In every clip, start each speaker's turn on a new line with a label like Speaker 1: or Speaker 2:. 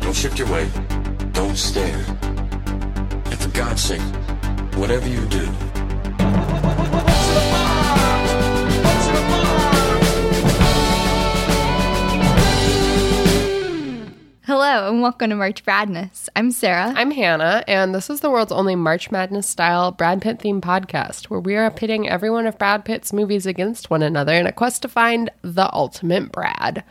Speaker 1: Don't shift your weight. Don't stare. And for God's sake, whatever you do,
Speaker 2: Hello and welcome to March Bradness. I'm Sarah.
Speaker 3: I'm Hannah, and this is the world's only March Madness style Brad Pitt themed podcast where we are pitting every one of Brad Pitt's movies against one another in a quest to find the ultimate Brad.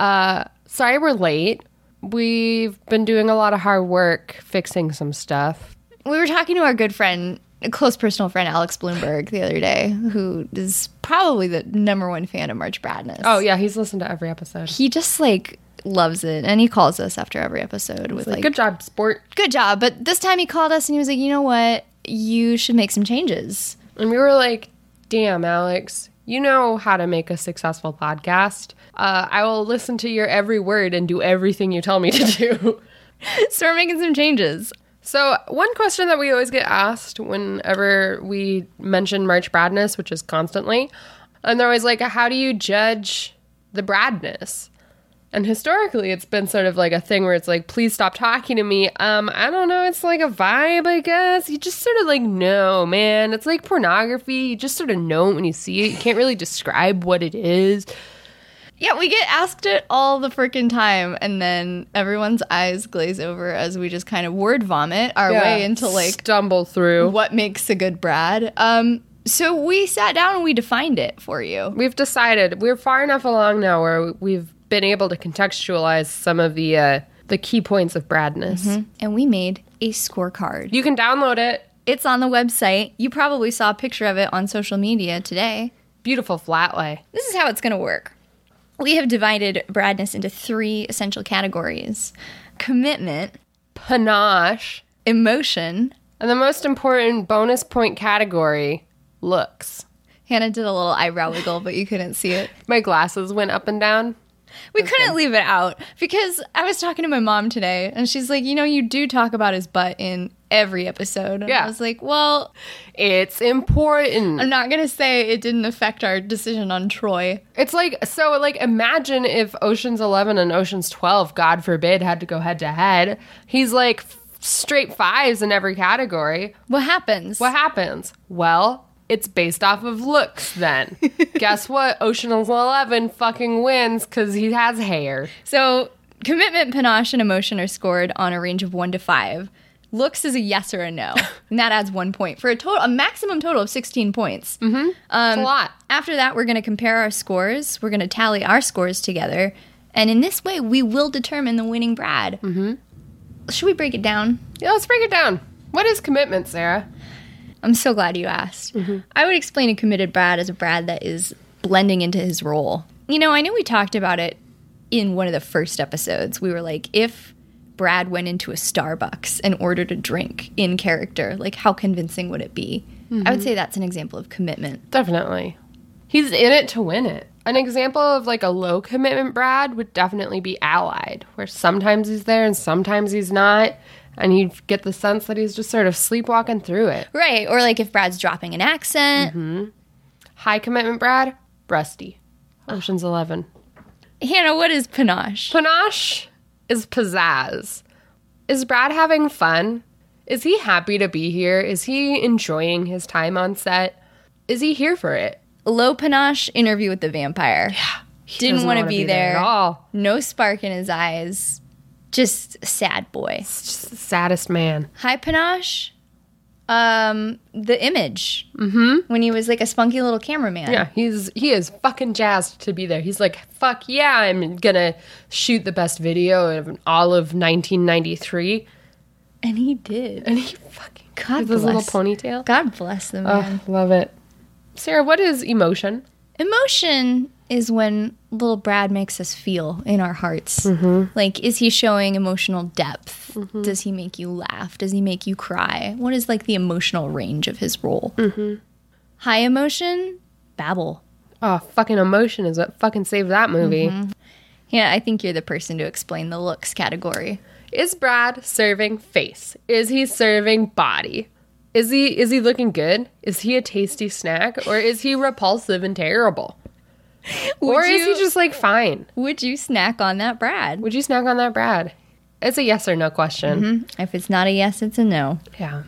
Speaker 3: Uh, sorry we're late. We've been doing a lot of hard work fixing some stuff.
Speaker 2: we were talking to our good friend, a close personal friend, Alex Bloomberg, the other day, who is probably the number one fan of March Bradness.
Speaker 3: Oh, yeah, he's listened to every episode.
Speaker 2: he just like loves it, and he calls us after every episode with like,
Speaker 3: Good job, sport.
Speaker 2: good job. But this time he called us and he was like, you know what, you should make some changes.
Speaker 3: And we were like, damn, Alex, you know how to make a successful podcast. Uh, I will listen to your every word and do everything you tell me to do.
Speaker 2: so we're making some changes.
Speaker 3: So, one question that we always get asked whenever we mention March Bradness, which is constantly, and they're always like, How do you judge the Bradness? And historically, it's been sort of like a thing where it's like, Please stop talking to me. Um, I don't know. It's like a vibe, I guess. You just sort of like know, man. It's like pornography. You just sort of know it when you see it. You can't really describe what it is.
Speaker 2: Yeah, we get asked it all the freaking time, and then everyone's eyes glaze over as we just kind of word vomit our way into like
Speaker 3: stumble through.
Speaker 2: what makes a good Brad. Um, so we sat down and we defined it for you.
Speaker 3: we've decided we're far enough along now where we've been able to contextualize some of the uh, the key points of Bradness.
Speaker 2: And we made a scorecard.
Speaker 3: You can download it.
Speaker 2: It's on the website. You probably saw a picture of it on social media today.
Speaker 3: Beautiful flat lay.
Speaker 2: This is how it's going to work. We have divided Bradness into three essential categories commitment,
Speaker 3: Panache.
Speaker 2: emotion.
Speaker 3: And the most important bonus point category, looks.
Speaker 2: Hannah did a little eyebrow wiggle, but you couldn't see it.
Speaker 3: My glasses went up and down.
Speaker 2: We couldn't leave it out because I was talking to my mom today and she's like, You know, you do talk about his butt in every episode. And I
Speaker 3: Yeah.
Speaker 2: was like, Well,
Speaker 3: It's important.
Speaker 2: I'm not gonna say it didn't affect our decision on Troy.
Speaker 3: It's like so like imagine if Ocean's 11 and Ocean's 12 god forbid had to go head to head. He's like f- straight fives in every category.
Speaker 2: What happens?
Speaker 3: What happens? Well, it's based off of looks then. Guess what? Ocean 11 fucking wins because he has hair.
Speaker 2: So commitment, panache, and emotion are scored on a range of one to five. Looks is a yes or a no, and that adds one point for a total, a maximum total of sixteen points. Mm-hmm.
Speaker 3: It's a lot.
Speaker 2: After that, we're going to compare our scores. We're going to tally our scores together, and in this way, we will determine the winning Brad. Mm-hmm. Should we break it down?
Speaker 3: Yeah, let's break it down. What is commitment, Sarah?
Speaker 2: I'm so glad you asked. I would explain a committed Brad as a Brad that is blending into his role. You know, I know we talked about it in one of the first episodes. We were like, if Brad went into a Starbucks and ordered a drink in character, like how convincing would it be? I would say that's an example of commitment.
Speaker 3: Definitely. He's in it to win it. An example of like a low commitment Brad would definitely be Allied, where sometimes he's there and sometimes he's not. And you get the sense that he's just sort of sleepwalking through it.
Speaker 2: Right. Or like if Brad's dropping an accent.
Speaker 3: High commitment Brad, Rusty. Ocean's 11.
Speaker 2: Hannah, what is panache?
Speaker 3: Panache is pizzazz. Is Brad having fun? Is he happy to be here? Is he enjoying his time on set? Is he here for it?
Speaker 2: Low panache interview with the vampire.
Speaker 3: He
Speaker 2: Didn't
Speaker 3: doesn't
Speaker 2: want to
Speaker 3: wanna
Speaker 2: be, there.
Speaker 3: at all.
Speaker 2: No spark in his eyes. Just sad boy.
Speaker 3: It's just the saddest man.
Speaker 2: High panache. Um, the image. Mm-hmm. When he was like a spunky little cameraman.
Speaker 3: Yeah, he's he is fucking jazzed to be there. He's like, fuck yeah, I'm gonna shoot the best video of all of 1993,
Speaker 2: And he did.
Speaker 3: and he fucking
Speaker 2: God
Speaker 3: with his little
Speaker 2: bless.
Speaker 3: ponytail.
Speaker 2: God bless the man.
Speaker 3: Oh, love it. Sarah, what is emotion?
Speaker 2: Emotion is when little Brad makes us feel in our hearts. Like, is he showing emotional depth? Does he make you laugh? Does he make you cry? What is like the emotional range of his role? High emotion, babble.
Speaker 3: Oh, fucking emotion is what fucking saved that
Speaker 2: Mm-hmm.
Speaker 3: movie.
Speaker 2: Yeah, I think you're the person to explain the looks category.
Speaker 3: Is Brad serving face? Is he serving body? Is he is he looking good? Is he a tasty snack or is he repulsive and terrible? or is
Speaker 2: you-
Speaker 3: he just like fine?
Speaker 2: Would you snack on that Brad?
Speaker 3: Would you snack on that Brad? It's a yes or no question.
Speaker 2: If it's not a yes, it's a no.
Speaker 3: Yeah.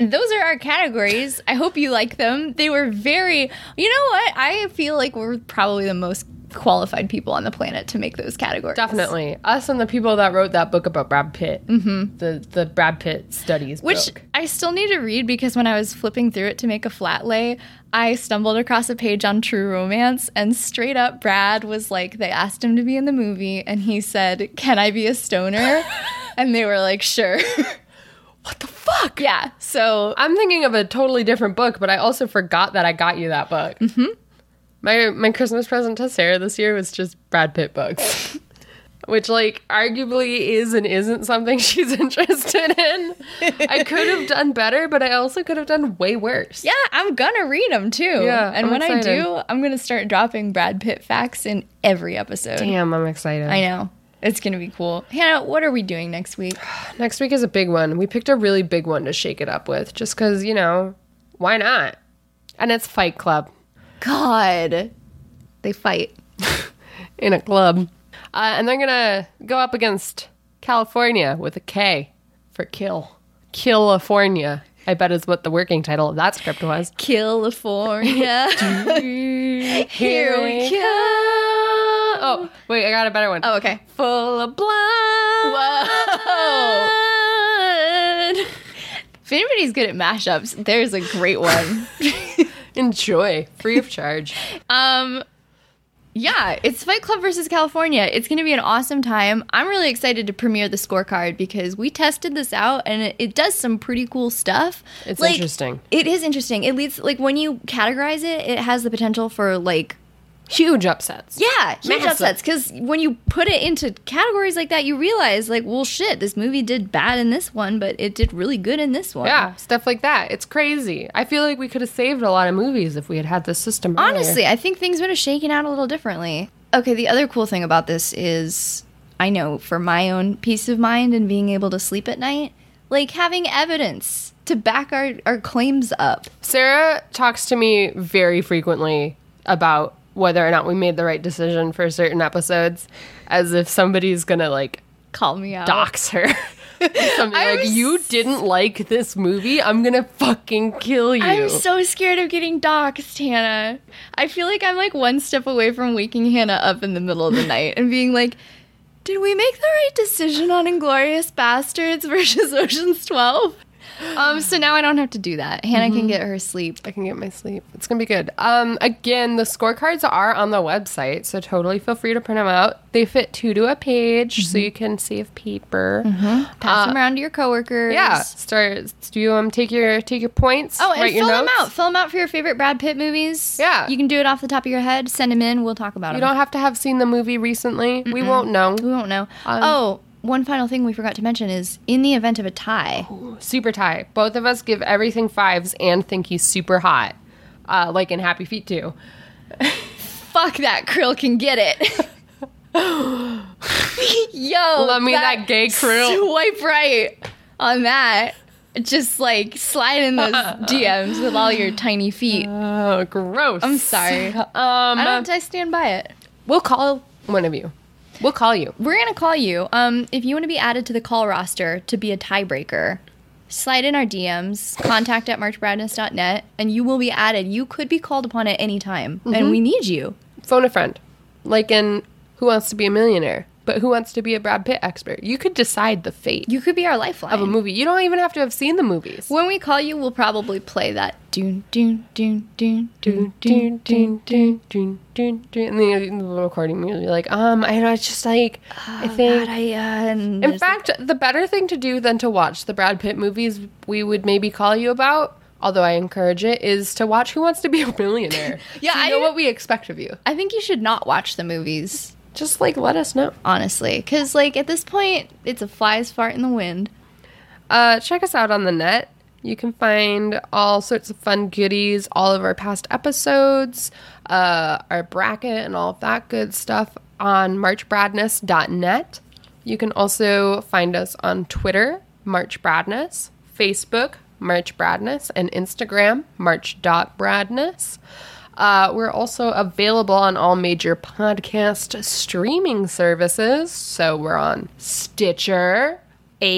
Speaker 2: Those are our categories. I hope you like them. They were very, you know what? I feel like we're probably the most qualified people on the planet to make those categories.
Speaker 3: Definitely. Us and the people that wrote that book about Brad Pitt. Mm-hmm. The the Brad Pitt studies
Speaker 2: Which
Speaker 3: book.
Speaker 2: I still need to read because when I was flipping through it to make a flat lay, I stumbled across a page on True Romance and straight up Brad was like, they asked him to be in the movie and he said, Can I be a stoner? and they were like, Sure.
Speaker 3: What the fuck?
Speaker 2: yeah. So
Speaker 3: I'm thinking of a totally different book, but I also forgot that I got you that book. Mm-hmm. My my Christmas present to Sarah this year was just Brad Pitt books, which like arguably is and isn't something she's interested in. I could have done better, but I also could have done way worse.
Speaker 2: yeah, I'm gonna read them too.
Speaker 3: Yeah,
Speaker 2: and
Speaker 3: I'm
Speaker 2: when I
Speaker 3: excited.
Speaker 2: do, I'm gonna start dropping Brad Pitt facts in every episode.
Speaker 3: Damn, I'm excited.
Speaker 2: I know. It's gonna be cool. Hannah, what are we doing next week?
Speaker 3: Next week is a big one. We picked a really big one to shake it up with, just because you know why not? And it's Fight Club.
Speaker 2: God. They fight.
Speaker 3: in a club. Uh, and they're going to go up against California with a K for kill. California, I bet is what the working title of that script was.
Speaker 2: California. Here we
Speaker 3: go. Oh, wait, I got a better one.
Speaker 2: Oh, okay.
Speaker 3: Full of blood.
Speaker 2: Whoa. If anybody's good at mashups, there's a great one.
Speaker 3: Enjoy. Free of charge.
Speaker 2: um, yeah, it's Fight Club versus California. It's going to be an awesome time. I'm really excited to premiere the scorecard because we tested this out and it, it does some pretty cool stuff.
Speaker 3: It's interesting.
Speaker 2: It is interesting. It leads like when you categorize it, it has the potential for like
Speaker 3: Huge upsets.
Speaker 2: Yeah, huge
Speaker 3: Massive.
Speaker 2: upsets. Because when you put it into categories like that, you realize, like, well, shit, this movie did bad in this one, but it did really good in this one.
Speaker 3: Yeah, stuff like that. It's crazy. I feel like we could have saved a lot of movies if we had had this system. earlier.
Speaker 2: Honestly, I think things would have shaken out a little differently. Okay, the other cool thing about this is I know for my own peace of mind and being able to sleep at night, like having evidence to back our, our claims up.
Speaker 3: Sarah talks to me very frequently about whether or not we made the right decision for certain episodes, as if somebody's gonna like
Speaker 2: Call me out.
Speaker 3: dox her. Something
Speaker 2: I
Speaker 3: like,
Speaker 2: was-
Speaker 3: you didn't like this movie, I'm gonna fucking kill you.
Speaker 2: I'm so scared of getting doxxed, Hannah. I feel like I'm like one step away from waking Hannah up in the middle of the night and being like, did we make the right decision on Inglorious Bastards versus Ocean's 12? Um, so now I don't have to do that. Hannah can get her sleep.
Speaker 3: I can get my sleep. It's gonna be good. Um, again, the scorecards are on the website, so totally feel free to print them out. They fit two to a page, so you can save paper.
Speaker 2: Pass them around to your coworkers.
Speaker 3: Uh, Yeah, start do them. Take your take your points.
Speaker 2: Oh, and
Speaker 3: write
Speaker 2: fill
Speaker 3: your
Speaker 2: them
Speaker 3: notes.
Speaker 2: out. Fill them out for your favorite Brad Pitt movies.
Speaker 3: Yeah.
Speaker 2: You can do it off the top of your head. Send them in. We'll talk about
Speaker 3: You
Speaker 2: them.
Speaker 3: don't have to have seen the movie recently. We won't know.
Speaker 2: We won't know.
Speaker 3: Um,
Speaker 2: oh, one final thing we forgot to mention is in the event of a tie.
Speaker 3: Super tie. Both of us give everything fives and think he's super hot, uh, like in Happy Feet too.
Speaker 2: fuck that krill can get it. Yo,
Speaker 3: Love me that gay Krill.
Speaker 2: Swipe right on that. Just like slide in those DMs with all your tiny feet.
Speaker 3: Oh, gross.
Speaker 2: I'm sorry. I
Speaker 3: Um,
Speaker 2: don't. I stand by it.
Speaker 3: we'll call one of you. We'll call you.
Speaker 2: We're gonna call you. Um, if you want to be added to the call roster to be a tiebreaker, slide in our DMs, contact at marchbradness.net, and you will be added. You could be called upon at any time, and
Speaker 3: Mm-hmm.
Speaker 2: we need you.
Speaker 3: Phone a friend, like in Who Wants to Be a Millionaire, but Who Wants to Be a Brad Pitt expert. You could decide the fate
Speaker 2: You could be our lifeline.
Speaker 3: of a movie. You don't even have to have seen the movies.
Speaker 2: When we call you, we'll probably play that doon doon doon doon doon doon doon.
Speaker 3: Dun, dun, dun, dun, dun, dun. And then the recording music, like, um, I know, it's just like, I think.
Speaker 2: God, I, uh, and
Speaker 3: In fact, the better thing to do than to watch the Brad Pitt movies we would maybe call you about, although I encourage it, is to watch Who Wants to Be a Millionaire.
Speaker 2: Yeah,
Speaker 3: so you
Speaker 2: I-
Speaker 3: know what we expect of you.
Speaker 2: I think you should not watch the movies,
Speaker 3: Just like let us know.
Speaker 2: honestly, because like at this point, it's a fly's fart in the wind.
Speaker 3: Uh, check us out on the net. You can find all sorts of fun goodies, all of our past episodes, uh, our bracket, and all of that good stuff on marchbradness.net. You can also find us on Twitter, marchbradness, Facebook, marchbradness, and Instagram, march.bradness. Uh, we're also available on all major podcast streaming services. So we're on Stitcher,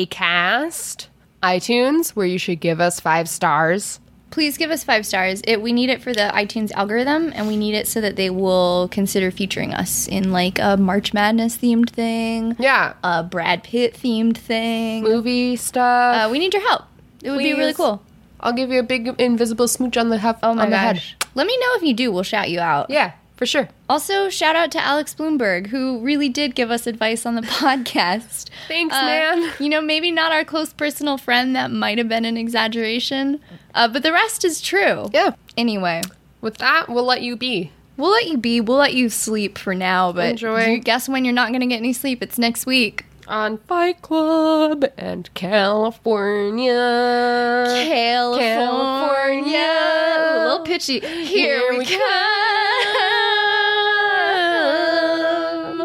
Speaker 3: Acast, iTunes, where you should give us five stars.
Speaker 2: Please give us five stars. It, we need it for the iTunes algorithm, and we need it so that they will consider featuring us in like a March Madness themed thing,
Speaker 3: Yeah.
Speaker 2: a Brad Pitt themed thing.
Speaker 3: Movie stuff.
Speaker 2: Uh, we need your help. It would be really
Speaker 3: Please.
Speaker 2: cool.
Speaker 3: I'll give you a big invisible smooch on the hef-
Speaker 2: Oh my
Speaker 3: on the head.
Speaker 2: gosh. Let me know if you do. We'll shout you out.
Speaker 3: Yeah, for sure.
Speaker 2: Also, shout out to Alex Bloomberg, who really did give us advice on the podcast.
Speaker 3: Thanks,
Speaker 2: Uh,
Speaker 3: man.
Speaker 2: You know, maybe not our close personal friend. That might have been an exaggeration, uh, but the rest is true.
Speaker 3: Yeah.
Speaker 2: Anyway,
Speaker 3: With that, we'll let you be.
Speaker 2: we'll let you be. We'll let you sleep for now. But
Speaker 3: Enjoy.
Speaker 2: you guess when you're not going to get any sleep? It's next week.
Speaker 3: on Fight Club and California.
Speaker 2: California,
Speaker 3: California.
Speaker 2: Ooh, a little pitchy. Here,
Speaker 3: Here
Speaker 2: we,
Speaker 3: we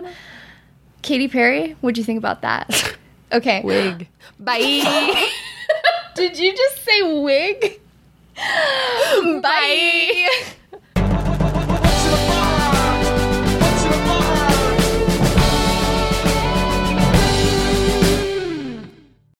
Speaker 2: come. Katy Perry, what'd you think about that? okay.
Speaker 3: Wig. Bye.
Speaker 2: Did you just say wig?